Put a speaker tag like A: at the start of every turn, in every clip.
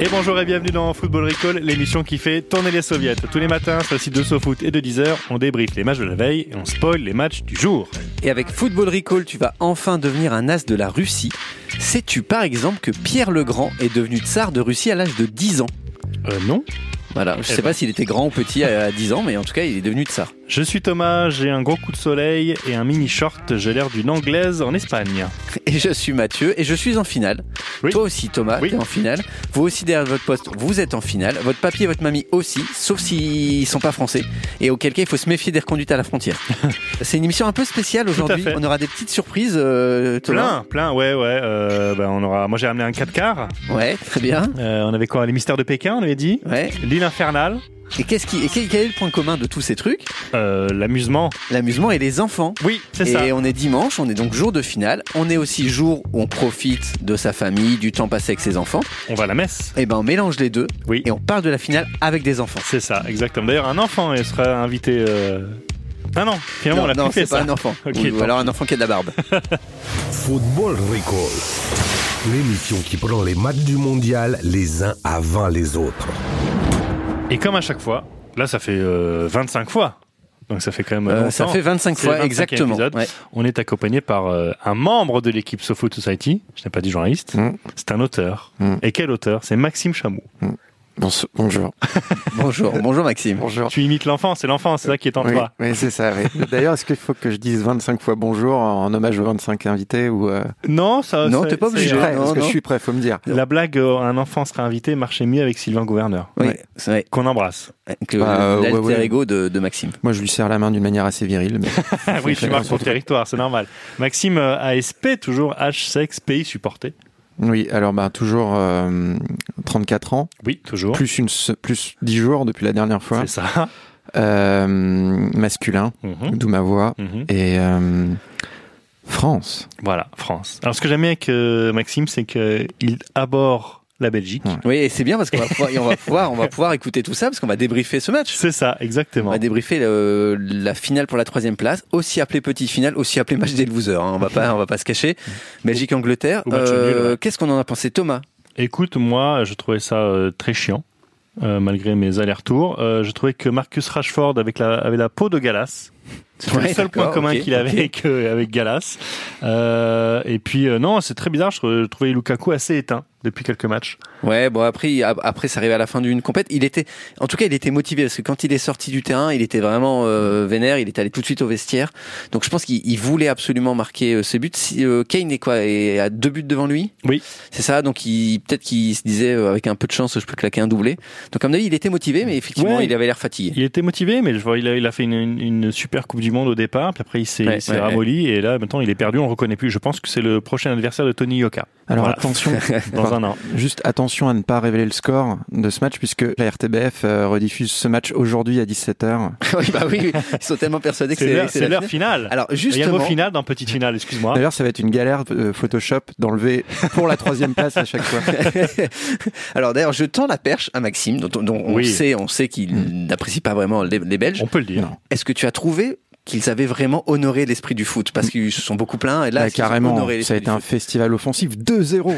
A: Et bonjour et bienvenue dans Football Recall, l'émission qui fait tourner les soviets. Tous les matins, sur le site de SoFoot et de 10h, on débriefe les matchs de la veille et on spoil les matchs du jour.
B: Et avec Football Recall, tu vas enfin devenir un as de la Russie. Sais-tu par exemple que Pierre le Grand est devenu tsar de Russie à l'âge de 10 ans
A: Euh, non
B: Voilà, je
A: Eh
B: sais
A: ben.
B: pas s'il était grand ou petit à à 10 ans, mais en tout cas, il est devenu tsar.
A: Je suis Thomas, j'ai un gros coup de soleil et un mini short, j'ai l'air d'une anglaise en Espagne.
B: Et je suis Mathieu et je suis en finale.
A: Oui.
B: Toi aussi, Thomas,
A: Oui.
B: t'es en finale. Vous aussi, derrière votre poste, vous êtes en finale. Votre papy et votre mamie aussi, sauf s'ils sont pas français. Et auquel cas, il faut se méfier des reconduites à la frontière. C'est une émission un peu spéciale aujourd'hui.
A: fait.
B: On aura des petites surprises, euh, Thomas.
A: Plein, plein, ouais, ouais. euh, ben, on aura... Moi j'ai ramené un 4 quarts,
B: Ouais, très bien.
A: Euh, on avait quoi Les mystères de Pékin, on avait dit
B: Ouais.
A: L'île infernale,
B: Et qu'est-ce qui, et quel, quel est le point commun de tous ces trucs
A: euh, l'amusement.
B: L'amusement et les enfants.
A: Oui, c'est
B: Et
A: ça.
B: on est dimanche, on est donc jour de finale. On est aussi jour où on profite de sa famille, du temps passé avec ses enfants.
A: On va à la messe.
B: Et ben on mélange les deux
A: Oui.
B: et on parle de la finale avec des enfants.
A: C'est ça, exactement. D'ailleurs, un enfant il sera invité. Euh... Ah non, finalement, on l'a
B: non,
A: plus fait
B: c'est pas
A: ça.
B: un enfant.
A: Ok,
B: Ou- ou
A: tant
B: alors un enfant qui a de la barbe.
C: Football Recall. L'émission qui prend les matchs du mondial les uns avant les autres.
A: Et comme à chaque fois, là, ça fait euh, 25 fois. Donc ça fait quand même
B: Euh,
A: longtemps.
B: ça fait 25
A: C'est
B: fois,
A: le 25e
B: exactement.
A: épisode.
B: Ouais.
A: On est accompagné par euh, un membre de l'équipe SoFoot Society. Je n'ai pas dit journaliste. C'est un auteur. Et quel auteur C'est Maxime Chamou.
D: Bonso- Bonjour.
B: Bonjour, bonjour Maxime.
D: Ah, Bonjour.
A: Tu imites l'enfant, c'est l'enfant, c'est ça qui est en
D: Oui,
A: toi.
D: oui, c'est ça. oui. D'ailleurs, est-ce qu'il faut que je dise 25 fois bonjour en hommage aux 25 invités ou euh,
A: Non, ça.
B: Non,
A: c'est-
B: t'es pas
A: c'est- euh,
D: Je suis
B: obligé.
D: prêt,
B: non,
D: parce que
B: non.
D: je suis prêt, faut me dire.
A: La blague, euh, un enfant sera invité, marchait mieux avec Sylvain Gouverneur.
B: Oui,
D: Ouais.
B: c'est vrai.
A: Qu'on embrasse.
B: Avec le-
D: Bah,
B: l'alter
D: ouais, ouais.
B: ego de, de Maxime.
D: Moi, je lui serre la main d'une manière assez virile. mais-
A: oui, tu
D: faire
A: marques
D: un
A: ton
D: truc.
A: territoire, c'est normal. Maxime euh, ASP, toujours H, sexe, pays supporté.
D: Oui, alors, bah, toujours euh, 34 ans,
A: Oui, toujours.
D: plus, une, se- plus 10 jours depuis la dernière fois.
A: C'est ça.
D: Euh, masculin,
A: Mhm,
D: d'où ma voix.
A: mhm.
D: Et euh, France.
A: Voilà, France. Alors ce que j'aime bien avec euh, Maxime, c'est qu'il aborde la Belgique.
D: Ouais.
B: Oui, et c'est bien parce qu'on va pouvoir, et on va pouvoir, on va pouvoir écouter tout ça parce qu'on va débriefer ce match.
A: C'est ça,
B: On
A: exactement.
B: va débriefer le- la finale pour la troisième place, aussi appelée petite finale, aussi appelée match des losers. hein. On va pas, on va pas se cacher. Belgique Angleterre.
A: Mm. Ou match nul, ouais.
B: Qu'est-ce qu'on en a pensé, Thomas
A: Écoute, moi, je trouvais ça euh, très chiant, euh, malgré mes allers-retours. Euh, je trouvais que Marcus Rashford avec la, avait la peau de Galas. C'est le
B: Ouais,
A: seul point
B: d'accord,
A: commun
B: ok,
A: qu'il avait
B: ok.
A: avec, euh, avec Galas. Euh, et puis, euh, non, c'est très bizarre. Je, trou- je trouvais Lukaku assez éteint depuis quelques matchs.
B: Ouais, bon après, il- ap- après, ça arrivait à la fin d'une compète. Il était, en tout cas, il était motivé parce que quand il est sorti du terrain, il était vraiment euh, vénère. Il est allé tout de suite au vestiaire. Donc, je pense qu'il il voulait absolument marquer euh, ses buts. Si, euh, Kane est quoi Est à deux buts devant lui.
A: Oui.
B: C'est ça. Donc, il peut-être qu'il se disait euh, avec un peu de chance, je peux claquer un doublé. Donc, comme mon avis, il était motivé, mais effectivement,
A: Ouais.
B: il avait l'air fatigué.
A: Il était motivé, mais je vois, il a, il a fait une, une- une super Coupe du Monde au départ. Puis après, il s'est
B: Ouais,
A: il s'est
B: ouais,
A: ramolli. Et là, maintenant, il est perdu. On le reconnaît plus. Je pense que c'est le prochain adversaire de Tony Yoka
D: Alors,
A: Voilà.
D: attention,
A: dans un an.
D: Juste attention à ne pas révéler le score de ce match puisque la RTBF euh, rediffuse ce match aujourd'hui à 17h.
B: oui, bah oui, oui. ils sont tellement persuadés que
A: C'est
B: c'est
A: l'heure-
B: c'est
A: c'est
B: la
A: l'heure
B: finale.
A: finale.
B: Alors
A: Il y a le mot
B: justement,
A: finale dans Petite Finale,
B: Ah.
A: excuse-moi.
D: D'ailleurs, ça va être une galère euh, Photoshop d'enlever pour la troisième place à chaque fois.
B: alors d'ailleurs, je tends la perche à Maxime, dont, dont on
A: Oui.
B: sait, on sait qu'il
D: Mm.
B: n'apprécie pas vraiment les, les Belges.
A: On peut le dire.
B: Est-ce que tu as trouvé qu'ils avaient vraiment honoré l'esprit du foot Parce qu'ils se sont beaucoup plaints et là,
D: Bah,
B: est-ce qu'ils ont
D: carrément,
B: honoré
D: ça
B: l'esprit
D: a été un
B: du
D: festival offensif 2-0.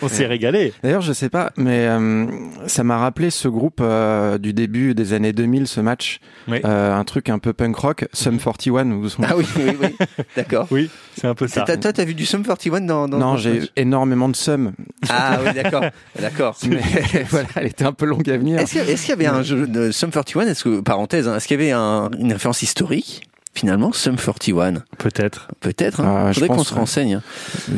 A: On s'est régalé.
D: D'ailleurs, je sais pas, mais euh, ça m'a rappelé ce groupe euh, du début des années 2000, ce match,
A: Oui.
D: Euh, un truc un peu punk rock, Sum 41 ou son-
B: foot Ah oui, oui, oui. D'accord.
A: Oui, c'est un peu ça.
B: T'as- Toi, t'as vu du Sum 41 dans, dans
D: Non,
B: dans ce
D: j'ai
B: match
D: énormément de Sum.
B: Ah oui, d'accord, d'accord.
D: Mais voilà, elle était un peu longue à venir.
B: Est-ce qu'il y, est-ce qu'il y avait un jeu de Sum 41 Est-ce que parenthèse, hein, est-ce qu'il y avait un- une référence historique finalement Sum 41
A: Peut-être.
B: Peut-être. Il
D: Ah, je
B: faudrait qu'on
D: pense,
B: se
D: ouais.
B: renseigne. hein.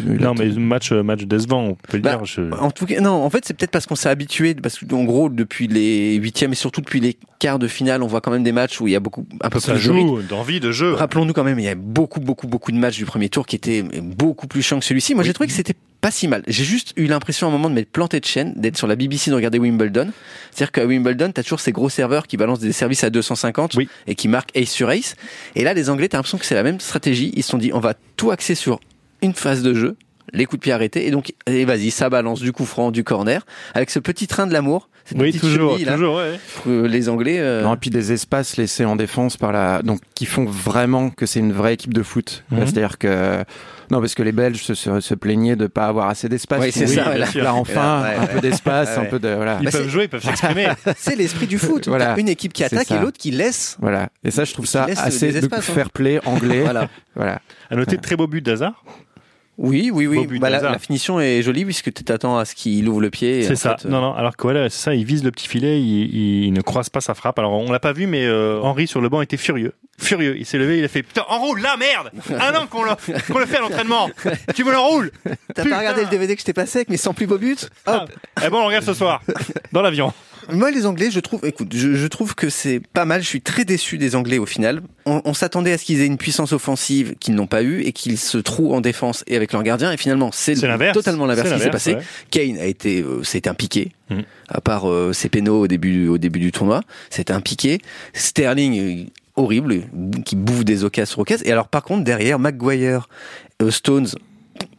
D: Il a-
A: Non, mais match, euh, match décevant, on peut le
B: Bah,
A: dire. Je...
B: En tout cas, non, en fait, c'est peut-être parce qu'on s'est habitué, parce que, en gros, depuis les huitièmes et surtout depuis les quarts de finale, on voit quand même des matchs où il y a beaucoup, un peu
A: Ça
B: plus de rythme.
A: joue d'envie de jeu.
B: Rappelons-nous quand même, il y a beaucoup, beaucoup, beaucoup de matchs du premier tour qui étaient beaucoup plus chiants que celui-ci. Moi, j'ai trouvé que c'était pas si mal. J'ai juste eu l'impression à un moment de m'être planté de chaîne, d'être sur la BBC, de regarder Wimbledon. C'est-à-dire qu'à Wimbledon, t'as toujours ces gros serveurs qui balancent des services à 250
A: Oui.
B: et qui marquent ace sur ace. Et là, les Anglais, t'as l'impression que c'est la même stratégie. Ils se sont dit, on va tout axer sur une phase de jeu, les coups de pied arrêtés, et donc, et vas-y, ça balance du coup franc, du corner, avec ce petit train de l'amour. cette
A: Oui,
B: petite
A: toujours,
B: cheville, là,
A: toujours, ouais.
B: pour, euh, les Anglais. euh,
D: Non, et puis des espaces laissés en défense par la, donc qui font vraiment que c'est une vraie équipe de foot. Euh,
A: Mhm.
D: C'est-à-dire que non, parce que les Belges se, se, se plaignaient de pas avoir assez d'espace.
B: Ouais, c'est
A: Oui,
B: ça.
A: bien
B: là.
A: sûr.
D: Là, enfin,
B: Ouais,
D: un
B: ouais.
D: peu d'espace,
B: Ouais,
D: un peu de voilà.
A: Ils
B: Bah,
A: peuvent
B: c'est-
A: jouer, ils peuvent s'exprimer.
B: C'est l'esprit du foot.
D: Voilà.
B: T'as une équipe qui
D: C'est
B: attaque
D: ça.
B: et l'autre qui laisse.
D: Voilà. Et ça, je trouve
B: Qui
D: ça
B: laisse
D: assez
B: des
D: de
B: espaces, hein.
D: fair play anglais.
B: Voilà.
D: Voilà.
A: À noter de très beau but d'Hazard.
B: Oui, oui,
A: Beau
B: oui.
A: but
B: Bah, la,
A: d'Hazard.
B: la finition est jolie puisque tu t'attends à ce qu'il ouvre le pied. et en
A: C'est ça.
B: fait, euh,
A: Non, non. Alors que voilà, c'est ça, il vise le petit filet, il, il ne croise pas sa frappe. Alors on l'a pas vu, mais euh, Henri sur le banc était furieux. Furieux. Il s'est levé, il a fait Putain, enroule là, merde Un an qu'on le, qu'on le fait à l'entraînement Tu me l'enroules
B: T'as
A: Putain
B: pas regardé le DVD que je t'ai passé avec mes 100 plus beaux buts Hop.
A: Eh bon, on le regarde ce soir, dans l'avion.
B: Moi, les Anglais, je trouve, écoute, je, je trouve que c'est pas mal. Je suis très déçu des Anglais au final. On, on s'attendait à ce qu'ils aient une puissance offensive qu'ils n'ont pas eue et qu'ils se trouvent en défense et avec leur gardien. Et finalement, c'est
A: C'est l'inverse.
B: totalement l'inverse
A: C'est
B: qui s'est
A: l'inverse,
B: passé.
A: ouais.
B: Kane a été, euh, c'était un piqué.
A: Mhm.
B: À part euh, ses pénaux au début, au début du tournoi, c'était un piqué. Sterling, euh, horrible, qui bouffe des occasions sur occasions. Et alors, par contre, derrière, Maguire, euh, Stones,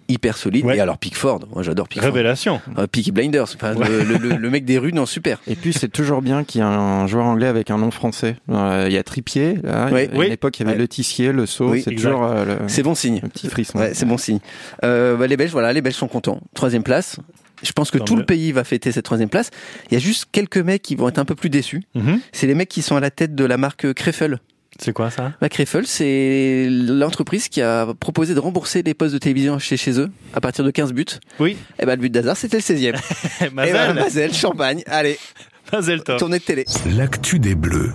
B: hyper solide.
A: Ouais.
B: Et alors, Pickford, moi j'adore Pickford.
A: Révélation.
B: Euh, Peaky Blinders, enfin, le- le, le- le mec des rues, non, super.
D: Et puis c'est toujours bien qu'il y ait un joueur anglais avec un nom français. Euh, Il y a Tripier. Là.
B: Oui.
D: À
A: Oui.
D: l'époque, il y avait
B: Ouais.
D: le Tissier, le Sceau.
B: Oui,
D: c'est
A: exact.
D: toujours euh, le,
B: C'est bon signe.
D: un petit frisson.
B: Ouais, c'est bon signe. Euh, bah, les Belges, voilà, les Belges sont contents. Troisième place. Je pense que
A: Tant
B: tout
A: mieux.
B: le pays va fêter cette troisième place. Il y a juste quelques mecs qui vont être un peu plus déçus.
A: Mhm.
B: C'est les mecs qui sont à la tête de la marque Krefel.
A: C'est quoi ça
B: La Bah, Krefel, c'est l'entreprise qui a proposé de rembourser les postes de télévision chez chez eux à partir de 15 buts.
A: Oui.
B: Et ben le but d'Hazard, c'était le 16e. Et ben,
A: Mazel.
B: Mazel, champagne. Allez,
A: Mazel top.
B: tournée de télé.
C: L'actu des Bleus.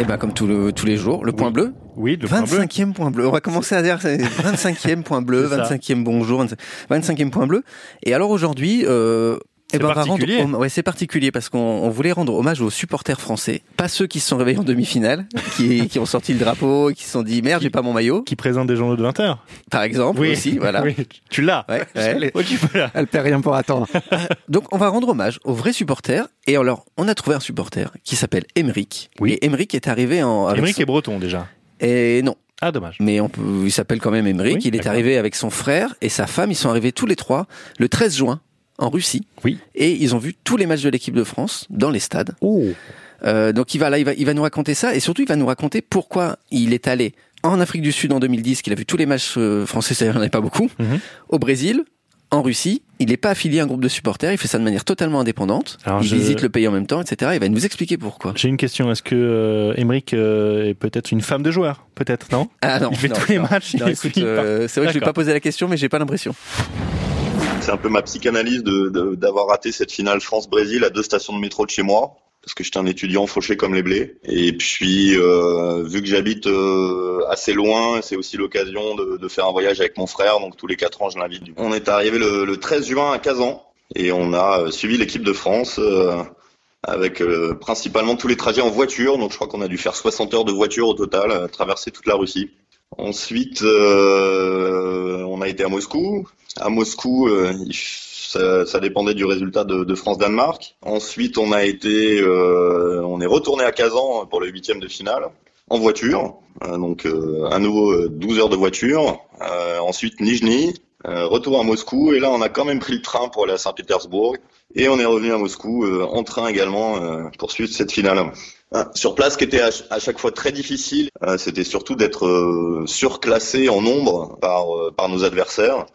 B: Et ben comme tout le- tous les jours, le point bleu,
A: Oui, le point bleu.
B: 25e point bleu. On va commencer à dire c'est 25e point bleu,
A: C'est ça.
B: 25e bonjour, 25e point bleu. Et alors aujourd'hui, euh,
A: C'est
B: eh ben, on va
A: particulier.
B: rendre homm- ouais, c'est particulier parce qu'on on voulait rendre hommage aux supporters français, pas ceux qui se sont réveillés en demi-finale, qui, qui ont sorti le drapeau, et qui se sont dit merde, j'ai pas mon maillot,
A: Qui présente des journaux de 20h.
B: par exemple aussi, voilà.
A: Oui, tu l'as.
B: Ouais, ouais.
A: Oh, tu peux là.
D: Elle perd rien pour attendre.
B: Donc on va rendre hommage aux vrais supporters. Et alors on a trouvé un supporter qui s'appelle Emeric.
A: Oui.
B: Et Emeric est arrivé en. avec
A: Émeric
B: son-
A: est breton déjà.
B: et non,
A: Ah, dommage.
B: mais on peut, il s'appelle quand même Emeric.
A: Oui,
B: il est
A: d'accord.
B: arrivé avec son frère et sa femme. Ils sont arrivés tous les trois le 13 juin en Russie.
A: Oui.
B: Et ils ont vu tous les matchs de l'équipe de France dans les stades.
A: Oh.
B: Euh, donc il va là, il va, il va nous raconter ça et surtout il va nous raconter pourquoi il est allé en Afrique du Sud en 2010, qu'il a vu tous les matchs euh, français, c'est-à-dire il n'y en avait pas beaucoup,
A: Mhm.
B: au Brésil. En Russie, il n'est pas affilié à un groupe de supporters, il fait ça de manière totalement indépendante.
A: Alors,
B: il
A: je-
B: visite le pays en même temps, etc. Il va nous expliquer pourquoi.
A: J'ai une question. Est-ce que euh, Émeric euh, est peut-être une femme de joueur Peut-être, non
B: Ah non,
A: Il fait
B: non,
A: tous les
B: non.
A: matchs.
B: Non,
A: il
B: écoute,
A: finit par-
B: euh, c'est vrai que je ne vais
A: D'accord.
B: pas poser la question, mais j'ai pas l'impression.
E: C'est un peu ma psychanalyse de- de- d'avoir raté cette finale France-Brésil à deux stations de métro de chez moi, parce que j'étais un étudiant fauché comme les blés. Et puis, euh, vu que j'habite euh, assez loin, c'est aussi l'occasion de, de faire un voyage avec mon frère, donc tous les quatre ans, je l'invite. On est arrivé le, le 13 juin à Kazan, et on a euh, suivi l'équipe de France. euh, avec euh, principalement tous les trajets en voiture, donc je crois qu'on a dû faire 60 heures de voiture au total, euh, traverser toute la Russie. Ensuite, euh, on a été à Moscou, à Moscou, euh, il f- ça, ça dépendait du résultat de, de France-Danemark. Ensuite, on a été, euh, on est retourné à Kazan pour le huitième de finale en voiture, Euh, donc euh, à nouveau euh, 12 heures de voiture. Euh, ensuite, Nijni, euh, retour à Moscou, et là, on a quand même pris le train pour aller à Saint-Pétersbourg, et on est revenu à Moscou euh, en train également euh, pour suivre cette finale. Ah, Sur place, ce qui était à, ch- à chaque fois très difficile, euh, c'était surtout d'être euh, surclassé en nombre par, euh, par nos adversaires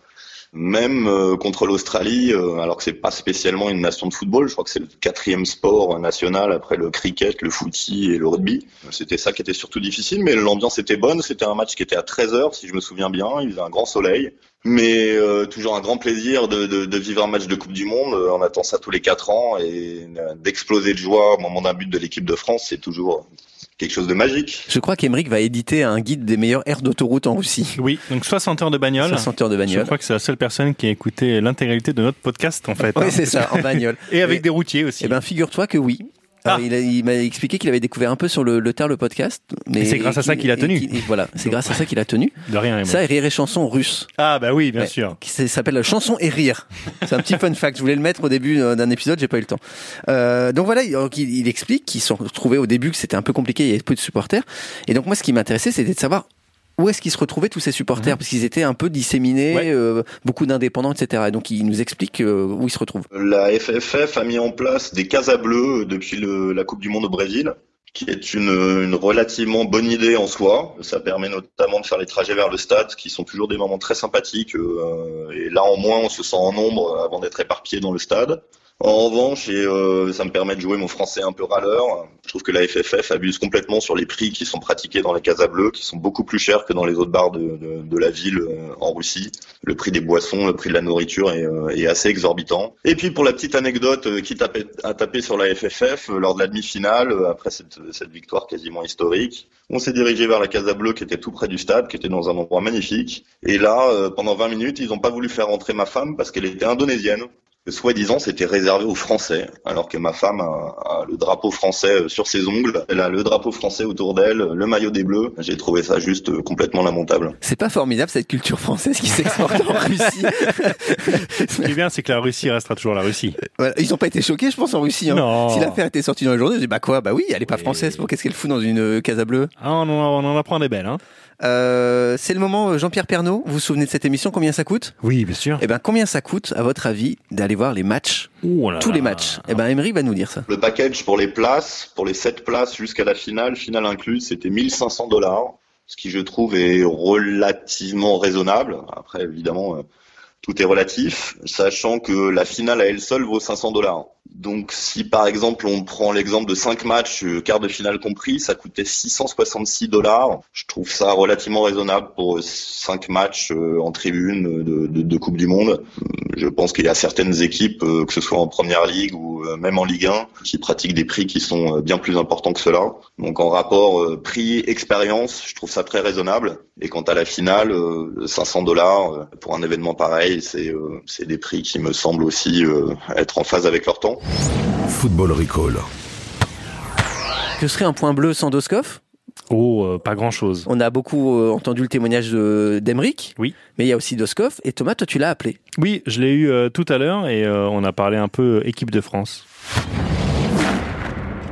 E: même euh, contre l'Australie, euh, alors que c'est pas spécialement une nation de football, je crois que c'est le quatrième sport national après le cricket, le footy et le rugby. C'était ça qui était surtout difficile, mais l'ambiance était bonne. C'était un match qui était à 13 heures, si je me souviens bien. Il faisait un grand soleil, mais euh, toujours un grand plaisir de, de- de vivre un match de Coupe du Monde. Euh, On attend ça tous les quatre ans et euh, d'exploser de joie au moment d'un but de l'équipe de France, c'est toujours quelque chose de magique.
B: Je crois qu'Emeric va éditer un guide des meilleures aires d'autoroute en Russie.
A: Oui, donc 60 heures de bagnole.
B: 60 heures de
A: Je
B: bagnole.
A: crois que c'est la seule personne qui a écouté l'intégralité de notre podcast, en fait. hein.
B: Oui, c'est ça, en bagnole.
A: Et avec des routiers aussi.
B: Eh ben, figure-toi que oui. Alors,
A: Ah.
B: il a- il m'a expliqué qu'il avait découvert un peu sur le, le tard le podcast. Mais
A: Et c'est grâce à
B: et
A: ça
B: qu'il-
A: qu'il a
B: et
A: tenu.
B: qu'il- et voilà, c'est grâce à ça qu'il a tenu.
A: De rien, et moi.
B: Ça et rire et chanson russe,
A: Ah, bah oui, bien
B: Ouais.
A: sûr.
B: qui s- s'appelle Chanson et rire. C'est un petit fun fact. Je voulais le mettre au début euh, d'un épisode, j'ai pas eu le temps. Euh, donc voilà, il, donc il- il explique qu'ils se sont retrouvés au début que c'était un peu compliqué, il y avait peu de supporters. Et donc moi, ce qui m'intéressait, c'était de savoir. Où est-ce qu'ils se retrouvaient tous ces supporters Parce qu'ils étaient un peu disséminés,
A: Mhm. Ouais.
B: euh, beaucoup d'indépendants, etc. Et donc il nous explique euh, où ils se retrouvent.
E: La FFF a mis en place des casas bleues depuis le- la Coupe du Monde au Brésil, qui est une, une relativement bonne idée en soi. Ça permet notamment de faire les trajets vers le stade, qui sont toujours des moments très sympathiques. euh, et là, en moins, on se sent en nombre avant d'être éparpillé dans le stade. En revanche, et euh, ça me permet de jouer mon français un peu râleur, je trouve que la FFF abuse complètement sur les prix qui sont pratiqués dans les casas bleues, qui sont beaucoup plus chers que dans les autres bars de, de- de la ville euh, en Russie le prix des boissons, le prix de la nourriture est, euh, est assez exorbitant. Et puis pour la petite anecdote, euh, quitte à, pe- à taper sur la FFF, euh, lors de la demi-finale, euh, après cette, cette victoire quasiment historique, on s'est dirigé vers la Casa Bleue qui était tout près du stade, qui était dans un endroit magnifique. Et là, euh, pendant 20 minutes, ils n'ont pas voulu faire entrer ma femme parce qu'elle était indonésienne. Que Soi-disant, c'était réservé aux Français, alors que ma femme a, a le drapeau français euh, sur ses ongles. Elle a le drapeau français autour d'elle, le maillot des Bleus. J'ai trouvé ça juste euh, complètement lamentable.
B: C'est pas formidable cette culture française qui s'exporte en Russie.
A: Ce qui est bien, c'est que la Russie restera toujours la Russie.
B: Voilà, Ils ont pas été choqués, je pense, en Russie. hein.
A: Non.
B: Si l'affaire était sortie dans les journaux, je dis bah quoi, bah oui, elle est pas
A: Oui.
B: française. Pour qu'est-ce qu'elle fout dans une euh, casa bleue
A: Ah, on, en- on en apprend des belles, hein.
B: Euh, C'est le moment, euh, Jean-Pierre Pernaud. Vous vous souvenez de cette émission Combien ça coûte
A: Oui, bien sûr.
B: Eh ben, combien ça coûte, à votre avis, d'aller voir les matchs,
A: Ah.
B: tous les matchs Eh ben, Emery va nous dire ça.
E: Le package pour les places, pour les 7 places jusqu'à la finale, finale incluse, c'était 1500 dollars, ce qui je trouve est relativement raisonnable. Après, évidemment, euh, tout est relatif, sachant que la finale à elle seule vaut 500 dollars. Donc si par exemple on prend l'exemple de 5 matchs, euh, quart de finale compris, ça coûtait 666 dollars. Je trouve ça relativement raisonnable pour 5 matchs euh, en tribune de- de- de Coupe du Monde. Je pense qu'il y a certaines équipes, euh, que ce soit en première ligue ou euh, même en Ligue 1, qui pratiquent des prix qui sont euh, bien plus importants que cela. Donc en rapport euh, prix-expérience, je trouve ça très raisonnable. Et quant à la finale, euh, 500 dollars euh, pour un événement pareil, c'est euh, c'est des prix qui me semblent aussi euh, être en phase avec leur temps.
C: Football Recall.
B: Que serait un point bleu sans Doskov
A: Oh, euh, pas grand chose.
B: On a beaucoup euh, entendu le témoignage de- d'Emeric.
A: Oui.
B: Mais il y a aussi Doskov. Et Thomas, toi, tu l'as appelé.
A: Oui, je l'ai eu euh, tout à l'heure et euh, on a parlé un peu euh, équipe de France.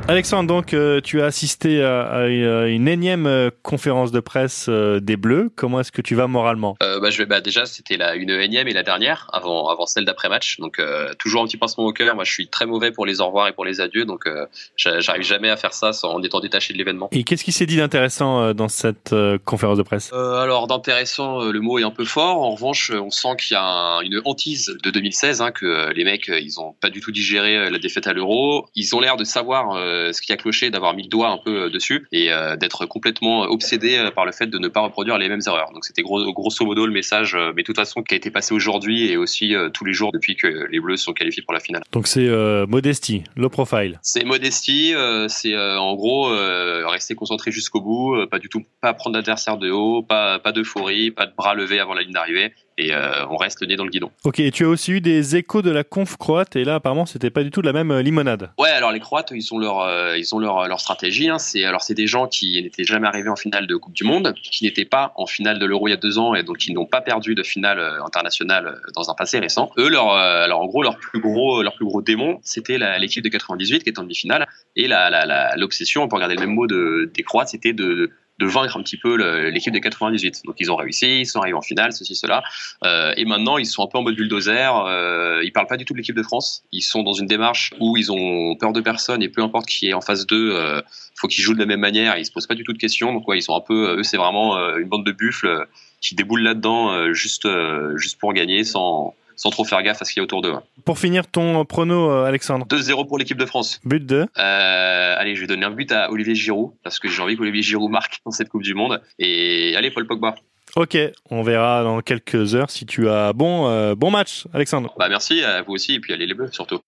A: Alexandre, donc euh, tu as assisté à, à une- à une énième euh, conférence de presse euh, des Bleus. Comment est-ce que tu vas moralement
F: Euh, bah, je vais, bah, déjà, c'était la une énième et la dernière avant, avant celle d'après-match. Donc, euh, toujours un petit pincement au cœur. Moi, je suis très mauvais pour les au revoir et pour les adieux. Donc, euh, j'a- j'arrive jamais à faire ça sans, en étant détaché de l'événement.
A: Et qu'est-ce qui s'est dit d'intéressant euh, dans cette euh, conférence de presse
F: Euh, alors d'intéressant, euh, le mot est un peu fort. En revanche, euh, on sent qu'il y a un- une hantise de 2016, hein, que euh, les mecs, euh, ils ont pas du tout digéré euh, la défaite à l'euro. Ils ont l'air de savoir euh, ce qui a cloché, d'avoir mis le doigt un peu euh, dessus et euh, d'être complètement obsédés euh, par le fait de ne pas reproduire les mêmes erreurs. Donc c'était gros- grosso modo le message, euh, mais de toute façon, qui a été passé aujourd'hui et aussi euh, tous les jours depuis que les Bleus sont qualifiés pour la finale.
A: Donc c'est euh, modestie, low profile.
F: C'est modestie, euh, c'est euh, en gros euh, rester concentré jusqu'au bout, euh, pas du tout, pas prendre l'adversaire de haut, pas, pas d'euphorie, pas de bras levés avant la ligne d'arrivée, et euh, on reste le nez dans le guidon.
A: Ok, et tu as aussi eu des échos de la conf croate et là apparemment c'était pas du tout de la même euh, limonade.
F: Ouais, alors les Croates, ils ont leur, euh, ils ont leur, leur stratégie. Hein. C'est alors c'est des gens qui n'étaient jamais arrivés en finale de Coupe du Monde, qui n'étaient pas en finale de l'Euro il y a deux ans et donc qui n'ont pas perdu de finale euh, internationale euh, dans un passé récent. Eux, leur, euh, alors en gros leur plus gros, leur plus gros démon, c'était la- l'équipe de 98 qui est en demi-finale et la- la- la- l'obsession, on peut regarder le même mot de, des Croates, c'était de de vaincre un petit peu le- l'équipe de 98. Donc ils ont réussi, ils sont arrivés en finale, ceci, cela. Euh, et maintenant, ils sont un peu en mode bulldozer. Euh, ils parlent pas du tout de l'équipe de France. Ils sont dans une démarche où ils ont peur de personne et peu importe qui est en face d'eux, euh, faut qu'ils jouent de la même manière. Ils se posent pas du tout de questions. Donc ouais, ils sont un peu. euh, Eux, c'est vraiment euh, une bande de buffles euh, qui déboulent là-dedans euh, juste euh, juste pour gagner sans sans trop faire gaffe à ce qu'il y a autour d'eux.
A: Pour finir ton euh, prono, euh, Alexandre.
F: 2-0 pour l'équipe de France.
A: But de
F: Euh, allez, je vais donner un but à Olivier Giroud parce que j'ai envie qu'Olivier Giroud marque dans cette Coupe du Monde. Et allez, Paul Pogba.
A: Ok, on verra dans quelques heures si tu as bon, euh, bon match, Alexandre.
F: Bah merci à vous aussi et puis allez les Bleus surtout.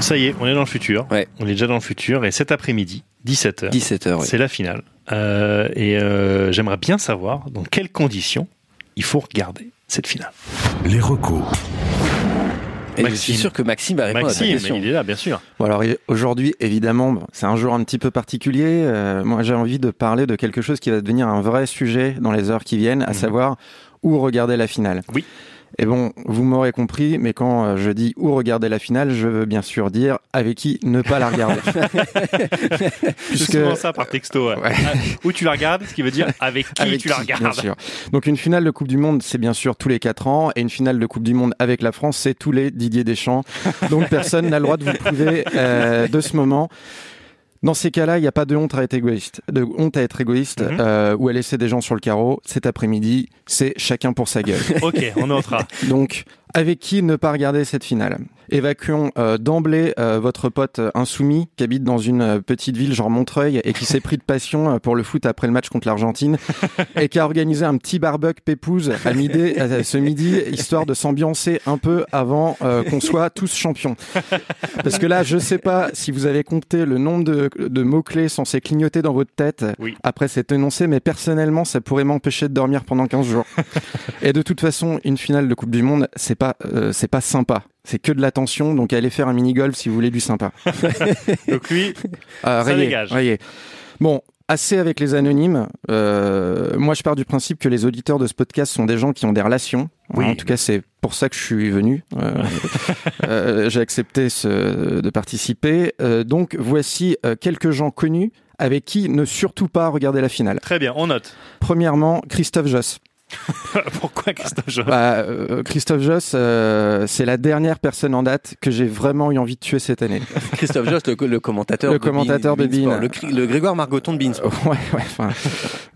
A: Ça y est, on est dans le futur.
B: Ouais.
A: On est déjà dans le futur. Et cet après-midi, 17h,
B: 17h, oui.
A: c'est la finale. Euh, et euh, j'aimerais bien savoir dans quelles conditions il faut regarder cette finale.
C: Les recos.
B: Et je
A: Maxime.
B: suis sûr que Maxime va répondre à ta
A: Maxime,
B: question.
A: il est là, bien sûr.
D: Bon alors et- aujourd'hui évidemment bon, c'est un jour un petit peu particulier. Euh, moi j'ai envie de parler de quelque chose qui va devenir un vrai sujet dans les heures qui viennent, à savoir où regarder la finale.
A: Mhm. Oui.
D: Et bon, vous m'aurez compris, mais quand euh, je dis où regarder la finale, je veux bien sûr dire avec qui ne pas la regarder.
A: C'est souvent ça par texto. ouais.
D: Ouais.
A: Ah, Où tu la regardes, ce qui veut dire avec qui
D: Avec
A: tu la
D: qui, bien
A: regardes.
D: sûr. Donc une finale de Coupe du Monde, c'est bien sûr tous les 4 ans, et une finale de Coupe du Monde avec la France, c'est tous les Didier Deschamps. Donc personne n'a le droit de vous priver euh, de ce moment. Dans ces cas-là, il n'y a pas de honte à être égoïste. De honte à être égoïste
A: Mhm.
D: euh, ou à laisser des gens sur le carreau. Cet après-midi, c'est chacun pour sa gueule.
A: Ok, on notera.
D: Donc, avec qui ne pas regarder cette finale Évacuons euh, d'emblée euh, votre pote euh, insoumis qui habite dans une euh, petite ville genre Montreuil et qui s'est pris de passion euh, pour le foot après le match contre l'Argentine et qui a organisé un petit barbecue pépouze à midi, à ce midi, histoire de s'ambiancer un peu avant euh, qu'on soit tous champions. Parce que là, je sais pas si vous avez compté le nombre de, de mots-clés censés clignoter dans votre tête
A: Oui.
D: après cet énoncé, mais personnellement, ça pourrait m'empêcher de dormir pendant 15 jours. Et de toute façon, une finale de Coupe du Monde, c'est pas, euh, c'est pas sympa. C'est que de la tension, donc allez faire un mini-golf si vous voulez du sympa.
A: Donc lui,
D: Euh,
A: Ça
D: rayez,
A: dégage.
D: rayez. Bon, assez avec les anonymes. Euh, moi, je pars du principe que les auditeurs de ce podcast sont des gens qui ont des relations. Hein,
A: Oui.
D: En tout cas, c'est pour ça que je suis venu. Euh, euh, J'ai accepté ce- de participer. Euh, donc, voici euh, quelques gens connus avec qui ne surtout pas regarder la finale.
A: très bien, on note.
D: Premièrement, Christophe Josse.
A: Pourquoi Christophe Josse
D: Bah, euh, Christophe Joss, euh, c'est la dernière personne en date que j'ai vraiment eu envie de tuer cette année.
B: Christophe Jost, le, co- le commentateur,
D: Le
B: de Bein-
D: commentateur de
B: Bein Sport,
D: Bein.
B: le, cri- le Grégoire Margoton de Beansport.
D: ouais, ouais, enfin,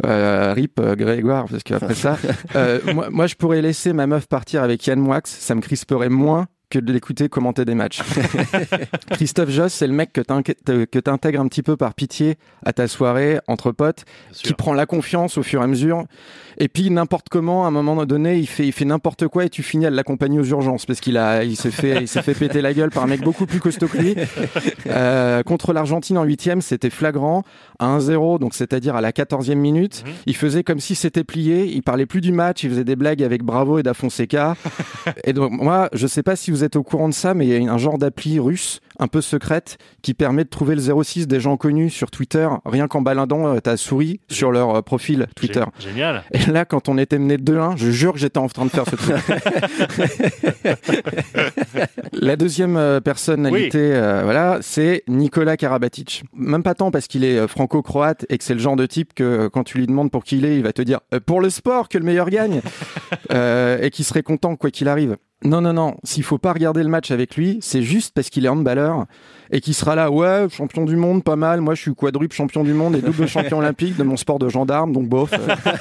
D: euh, rip euh, Grégoire, parce qu'après ça, euh, moi, moi, je pourrais laisser ma meuf partir avec Yann Moix, ça me crisperait moins que de l'écouter commenter des matchs. Christophe Joss, c'est le mec que t'inqui- te- que t'intègres un petit peu par pitié à ta soirée entre potes,
A: Bien
D: qui
A: sûr.
D: prend la confiance au fur et à mesure. Et puis n'importe comment, à un moment donné, il fait, il fait n'importe quoi et tu finis à l'accompagner aux urgences parce qu'il a, il s'est fait, il s'est fait péter la gueule par un mec beaucoup plus costaud que lui. Euh, contre l'Argentine en huitième, c'était flagrant à 1-0, donc c'est-à-dire à la 14e minute.
A: Mhm.
D: Il faisait comme si c'était plié. Il parlait plus du match. Il faisait des blagues avec Bravo et Da Fonseca. et donc moi, je sais pas si vous êtes au courant de ça, mais il y a une- un genre d'appli russe un peu secrète qui permet de trouver le 06 des gens connus sur Twitter, rien qu'en baladant euh, ta souris sur leur euh, profil Twitter.
A: Gé- Génial.
D: Et là, quand on était mené 2-1, je jure que j'étais en train de faire ce truc. La deuxième euh, personnalité, euh, voilà, c'est Nicolas Karabatic. Même pas tant parce qu'il est euh, franco-croate et que c'est le genre de type que euh, quand tu lui demandes pour qui il est, il va te dire euh, pour le sport que le meilleur gagne Euh, et qui serait content quoi qu'il arrive. Non, non, non, s'il faut pas regarder le match avec lui, c'est juste parce qu'il est handballeur et qu'il sera là, ouais, champion du monde, pas mal, moi je suis quadruple champion du monde et double champion olympique de mon sport de gendarme, donc bof. euh,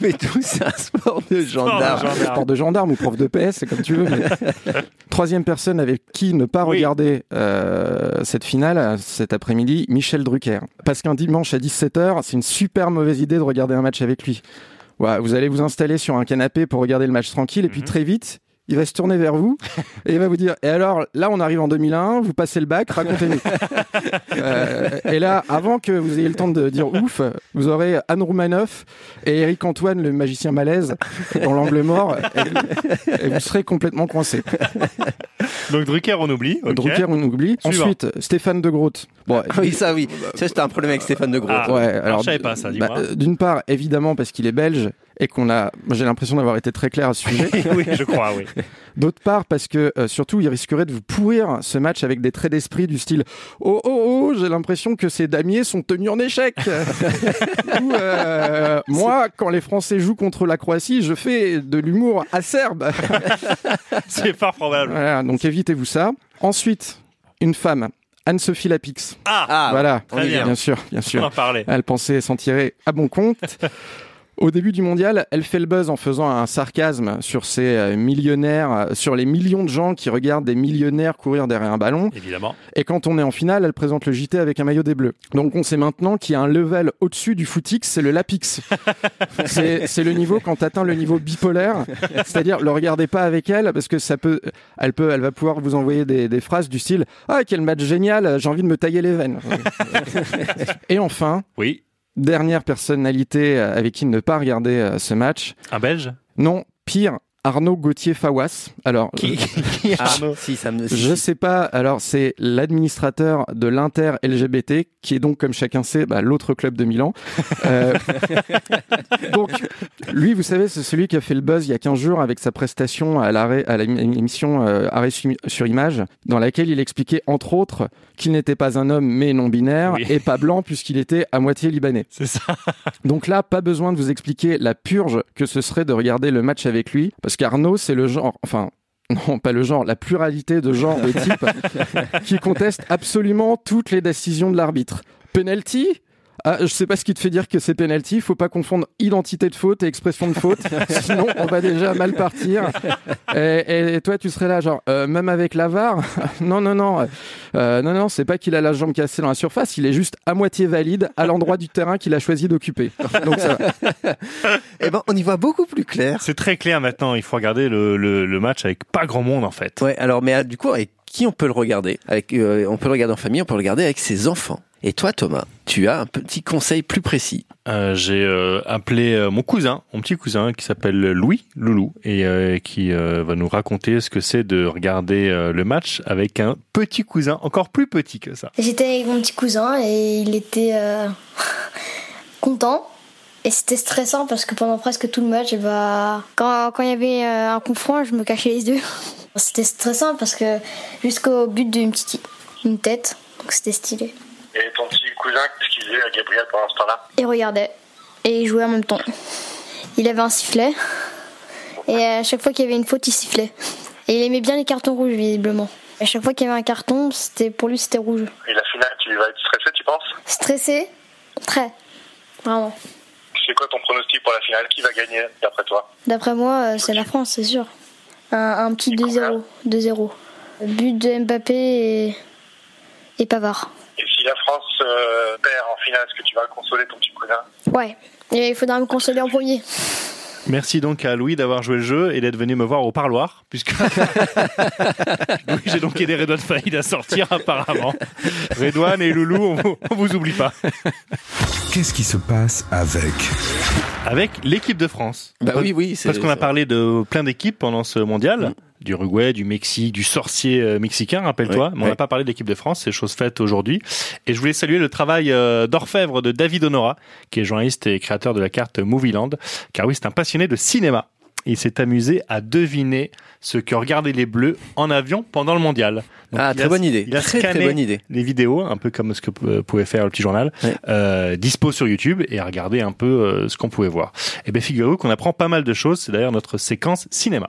B: Mais tout c'est un sport de gendarme.
A: Gendarme.
D: Sport de gendarme ou prof de PS, c'est comme tu veux. mais- Troisième personne avec qui ne pas
A: Oui.
D: regarder euh, cette finale euh, cet après-midi, Michel Drucker. Parce qu'un dimanche à 17h, c'est une super mauvaise idée de regarder un match avec lui. Ouais, vous allez vous installer sur un canapé pour regarder le match tranquille et puis
A: Mhm.
D: très vite, il va se tourner vers vous et il va vous dire Et alors, là, on arrive en 2001, vous passez le bac, racontez-nous. Euh, et là, avant que vous ayez le temps de dire ouf, vous aurez Anne Roumanoff et Eric Antoine, le magicien malaise, dans l'angle mort, et, et vous serez complètement coincé.
A: Donc Drucker, on oublie. ok.
D: Euh, Drucker, on oublie.
A: Suivant.
D: Ensuite, Stéphane de Groot. Bon,
B: Oui, ça, oui. Ça, c'était un problème avec Stéphane de Gros.
A: Ah.
D: ouais,
A: Alors,
D: alors,
A: je savais pas ça, dis-moi.
D: bah, euh, D'une part, évidemment, parce qu'il est belge et qu'on a, moi, j'ai l'impression d'avoir été très clair à ce sujet.
A: oui, je crois, oui.
D: D'autre part, parce que euh, surtout, il risquerait de vous pourrir ce match avec des traits d'esprit du style Oh oh oh, j'ai l'impression que ces damiers sont tenus en échec. Ou euh, moi, quand les Français jouent contre la Croatie, je fais de l'humour acerbe.
A: Ah C'est fort probable.
D: voilà, donc évitez-vous ça. Ensuite, une femme, Anne-Sophie Lapix.
A: Ah,
B: Ah,
D: voilà,
B: on y
A: Très bien.
B: vient.
D: bien sûr, bien
A: on
D: sûr.
A: en parlait.
D: Elle pensait s'en tirer à bon compte. Au début du mondial, elle fait le buzz en faisant un sarcasme sur ces euh, millionnaires, euh, sur les millions de gens qui regardent des millionnaires courir derrière un ballon.
A: Évidemment.
D: Et quand on est en finale, elle présente le JT avec un maillot des Bleus. Donc on sait maintenant qu'il y a un level au-dessus du footix, c'est le lapix. c'est c'est le niveau quand t'atteins le niveau bipolaire, c'est-à-dire le regardez pas avec elle parce que ça peut, elle peut, elle va pouvoir vous envoyer des, des phrases du style Ah quel match génial, j'ai envie de me tailler les veines. et enfin,
A: Oui.
D: dernière personnalité euh, avec qui ne pas regarder euh, ce match,
A: Un Belge
D: non pire. Arnaud Gauthier Fawas. Alors,
A: Qui-
B: Ah, si, ça me.
D: je sais pas. Alors, c'est l'administrateur de l'Inter LGBT, qui est donc, comme chacun sait, bah, l'autre club de Milan. Euh, donc, lui, vous savez, c'est celui qui a fait le buzz il y a 15 jours avec sa prestation à l'arrêt, à l'émission euh, Arrêt su- sur image, dans laquelle il expliquait, entre autres, qu'il n'était pas un homme, mais non binaire,
A: Oui.
D: et pas blanc, puisqu'il était à moitié libanais.
A: C'est ça.
D: Donc là, pas besoin de vous expliquer la purge que ce serait de regarder le match avec lui, parce qu'Arnaud, c'est le genre, enfin, non, pas le genre, la pluralité de genres de types qui conteste absolument toutes les décisions de l'arbitre. Penalty ah, je sais pas ce qui te fait dire que c'est penalty, faut pas confondre identité de faute et expression de faute, sinon on va déjà mal partir. Et, et- et toi tu serais là genre euh, même avec l'avare, non non non, euh, non non c'est pas qu'il a la jambe cassée dans la surface, il est juste à moitié valide à l'endroit du terrain qu'il a choisi d'occuper. Donc ça va.
B: Eh ben, on y voit beaucoup plus clair.
A: C'est très clair maintenant. Il faut regarder le, le- le match avec pas grand monde en fait.
B: Ouais, alors, mais ah, du coup, avec qui on peut le regarder avec, euh, On peut le regarder en famille, on peut le regarder avec ses enfants. Et toi, Thomas, tu as un petit conseil plus précis.
A: Euh, J'ai euh, appelé euh, mon cousin, mon petit cousin qui s'appelle Louis Loulou et euh, qui euh, va nous raconter ce que c'est de regarder euh, le match avec un petit cousin encore plus petit que ça.
G: J'étais avec mon petit cousin et il était euh, content. Et c'était stressant parce que pendant presque tout le match, eh ben, quand, quand il y avait euh, un coup franc, je me cachais les yeux. C'était stressant parce que jusqu'au but d'une petite une tête, donc c'était stylé.
H: Et ton petit cousin, qu'est-ce qu'il faisait à Gabriel pendant ce temps-là
G: Il regardait et il jouait en même temps. Il avait un sifflet et à chaque fois qu'il y avait une faute, il sifflait. Et il aimait bien les cartons rouges visiblement. À chaque fois qu'il y avait un carton, c'était pour lui c'était rouge.
H: Et la finale, tu vas être stressé, tu penses
G: Stressé, très, vraiment.
H: C'est quoi ton pronostic pour la finale Qui va gagner, d'après toi
G: D'après moi, euh, c'est la France, c'est sûr. Un, un petit 2-0. 2-0. But de Mbappé et, et Pavard.
H: Et si la France euh, perd en finale, est-ce que tu vas consoler ton petit cousin
G: Ouais. Et il faudra me consoler en premier.
A: Merci donc à Louis d'avoir joué le jeu et d'être venu me voir au parloir, puisque Louis, j'ai donc aidé Redouane Faïd à sortir apparemment. Redouane et Loulou, on vous, on vous oublie pas.
C: Qu'est-ce qui se passe avec
A: Avec l'équipe de France.
B: Bah oui, oui. c'est- Mm.
A: Parce qu'on a parlé de plein d'équipes pendant ce mondial, d'Uruguay, du Mexique, du sorcier euh, mexicain, rappelle-toi,
B: Ouais,
A: mais on
B: ouais.
A: n'a pas parlé de l'équipe de France, c'est chose faite aujourd'hui. Et je voulais saluer le travail euh, d'orfèvre de David Honora, qui est journaliste et créateur de la carte Movieland, car oui, c'est un passionné de cinéma. Il s'est amusé à deviner ce que regardaient les Bleus en avion pendant le mondial. Donc,
B: Ah,
A: il
B: très
A: a-
B: bonne idée.
A: il a
B: Très, très
A: scanné
B: bonne idée.
A: les vidéos, un peu comme ce que euh, pouvait faire le petit journal,
B: Ouais.
A: euh, dispo sur YouTube et à regarder un peu euh, ce qu'on pouvait voir. Et bien figurez-vous qu'on apprend pas mal de choses, c'est d'ailleurs notre séquence cinéma.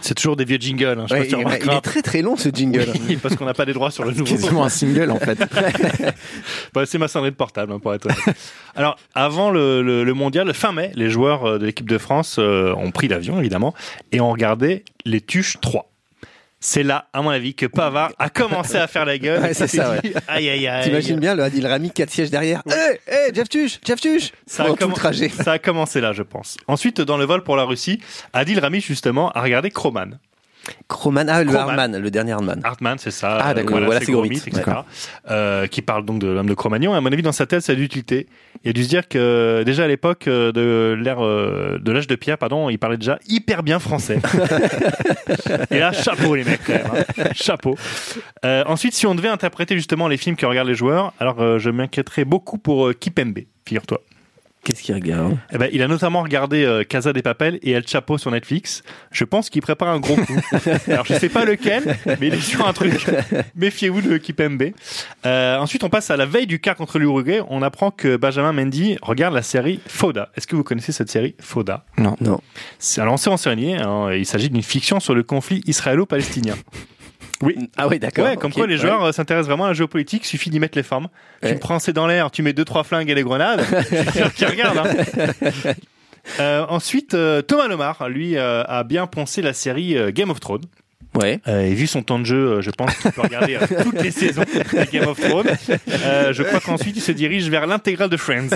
A: C'est toujours des vieux jingles, hein, je sais pas
B: Ouais,
A: si tu
B: il, il est
A: remarqueras.
B: très très long ce jingle.
A: parce qu'on n'a pas les droits sur le nouveau.
D: quasiment un single en fait.
A: Bah, c'est ma sonnerie de portable, hein, pour être honnête. Alors, avant le, le- le mondial, fin mai, les joueurs euh, de l'équipe de France euh, ont pris l'avion, évidemment, et ont regardé les Tuches 3. C'est là, à mon avis, que Pavard a commencé à faire la gueule.
B: Ouais,
A: et
B: c'est
A: s'est
B: ça,
A: dit, Aïe, aïe, aïe.
B: T'imagines bien le Adil Rami quatre sièges derrière. Hé, hé, Jeff Tuche, Jeff Tuche.
A: Ça a,
B: Pendant tout le
A: commen-
B: trajet.
A: ça a commencé là, je pense. Ensuite, dans le vol pour la Russie, Adil Rami, justement, a regardé Croman.
B: Croman, ah, le
A: Croman.
B: Hardman, le dernier Hardman.
A: Hartman, c'est ça.
B: Ah,
A: Euh,
B: d'accord. Voilà,
A: c'est
B: c'est
A: Gormit,
B: Gormit,
A: etc. Euh, qui parle donc de l'homme de Cro-Magnon. Et À mon avis, dans sa tête, ça a d'utilité. Il a dû se dire que déjà à l'époque euh, de l'ère euh, de l'âge de pierre, pardon, il parlait déjà hyper bien français. Et là, chapeau les mecs, quand même, hein. chapeau. Euh, ensuite, si on devait interpréter justement les films que regardent les joueurs, alors euh, je m'inquiéterais beaucoup pour euh, Kipembe, figure-toi.
B: Qu'est-ce qu'il regarde
A: Eh ben, il a notamment regardé euh, Casa des Papel et El Chapo sur Netflix. Je pense qu'il prépare un gros coup. Alors, je sais pas lequel, mais il est sur un truc. Méfiez-vous de l'équipe MB. Euh, ensuite, on passe à la veille du quart contre l'Uruguay. On apprend que Benjamin Mendy regarde la série Foda. Est-ce que vous connaissez cette série Foda
D: Non.
B: Non.
A: C'est- Alors, on s'est renseigné. hein, il s'agit d'une fiction sur le conflit israélo-palestinien. Oui,
B: Ah oui, d'accord.
A: Ouais, comme
B: ok,
A: quoi les
B: ouais.
A: joueurs euh, s'intéressent vraiment à la géopolitique, suffit d'y mettre les formes. Tu
B: Ouais.
A: me prends c'est dans l'air, tu mets deux trois flingues et les grenades, c'est sûr qu'ils regardent. hein. Euh, ensuite, euh, Thomas Lomar, lui, euh, a bien pensé la série euh, Game of Thrones.
B: Ouais.
A: Euh, et vu son temps de jeu, euh, je pense qu'il peut regarder euh, toutes les saisons de Game of Thrones. Euh, je crois qu'ensuite, il se dirige vers l'intégrale de Friends.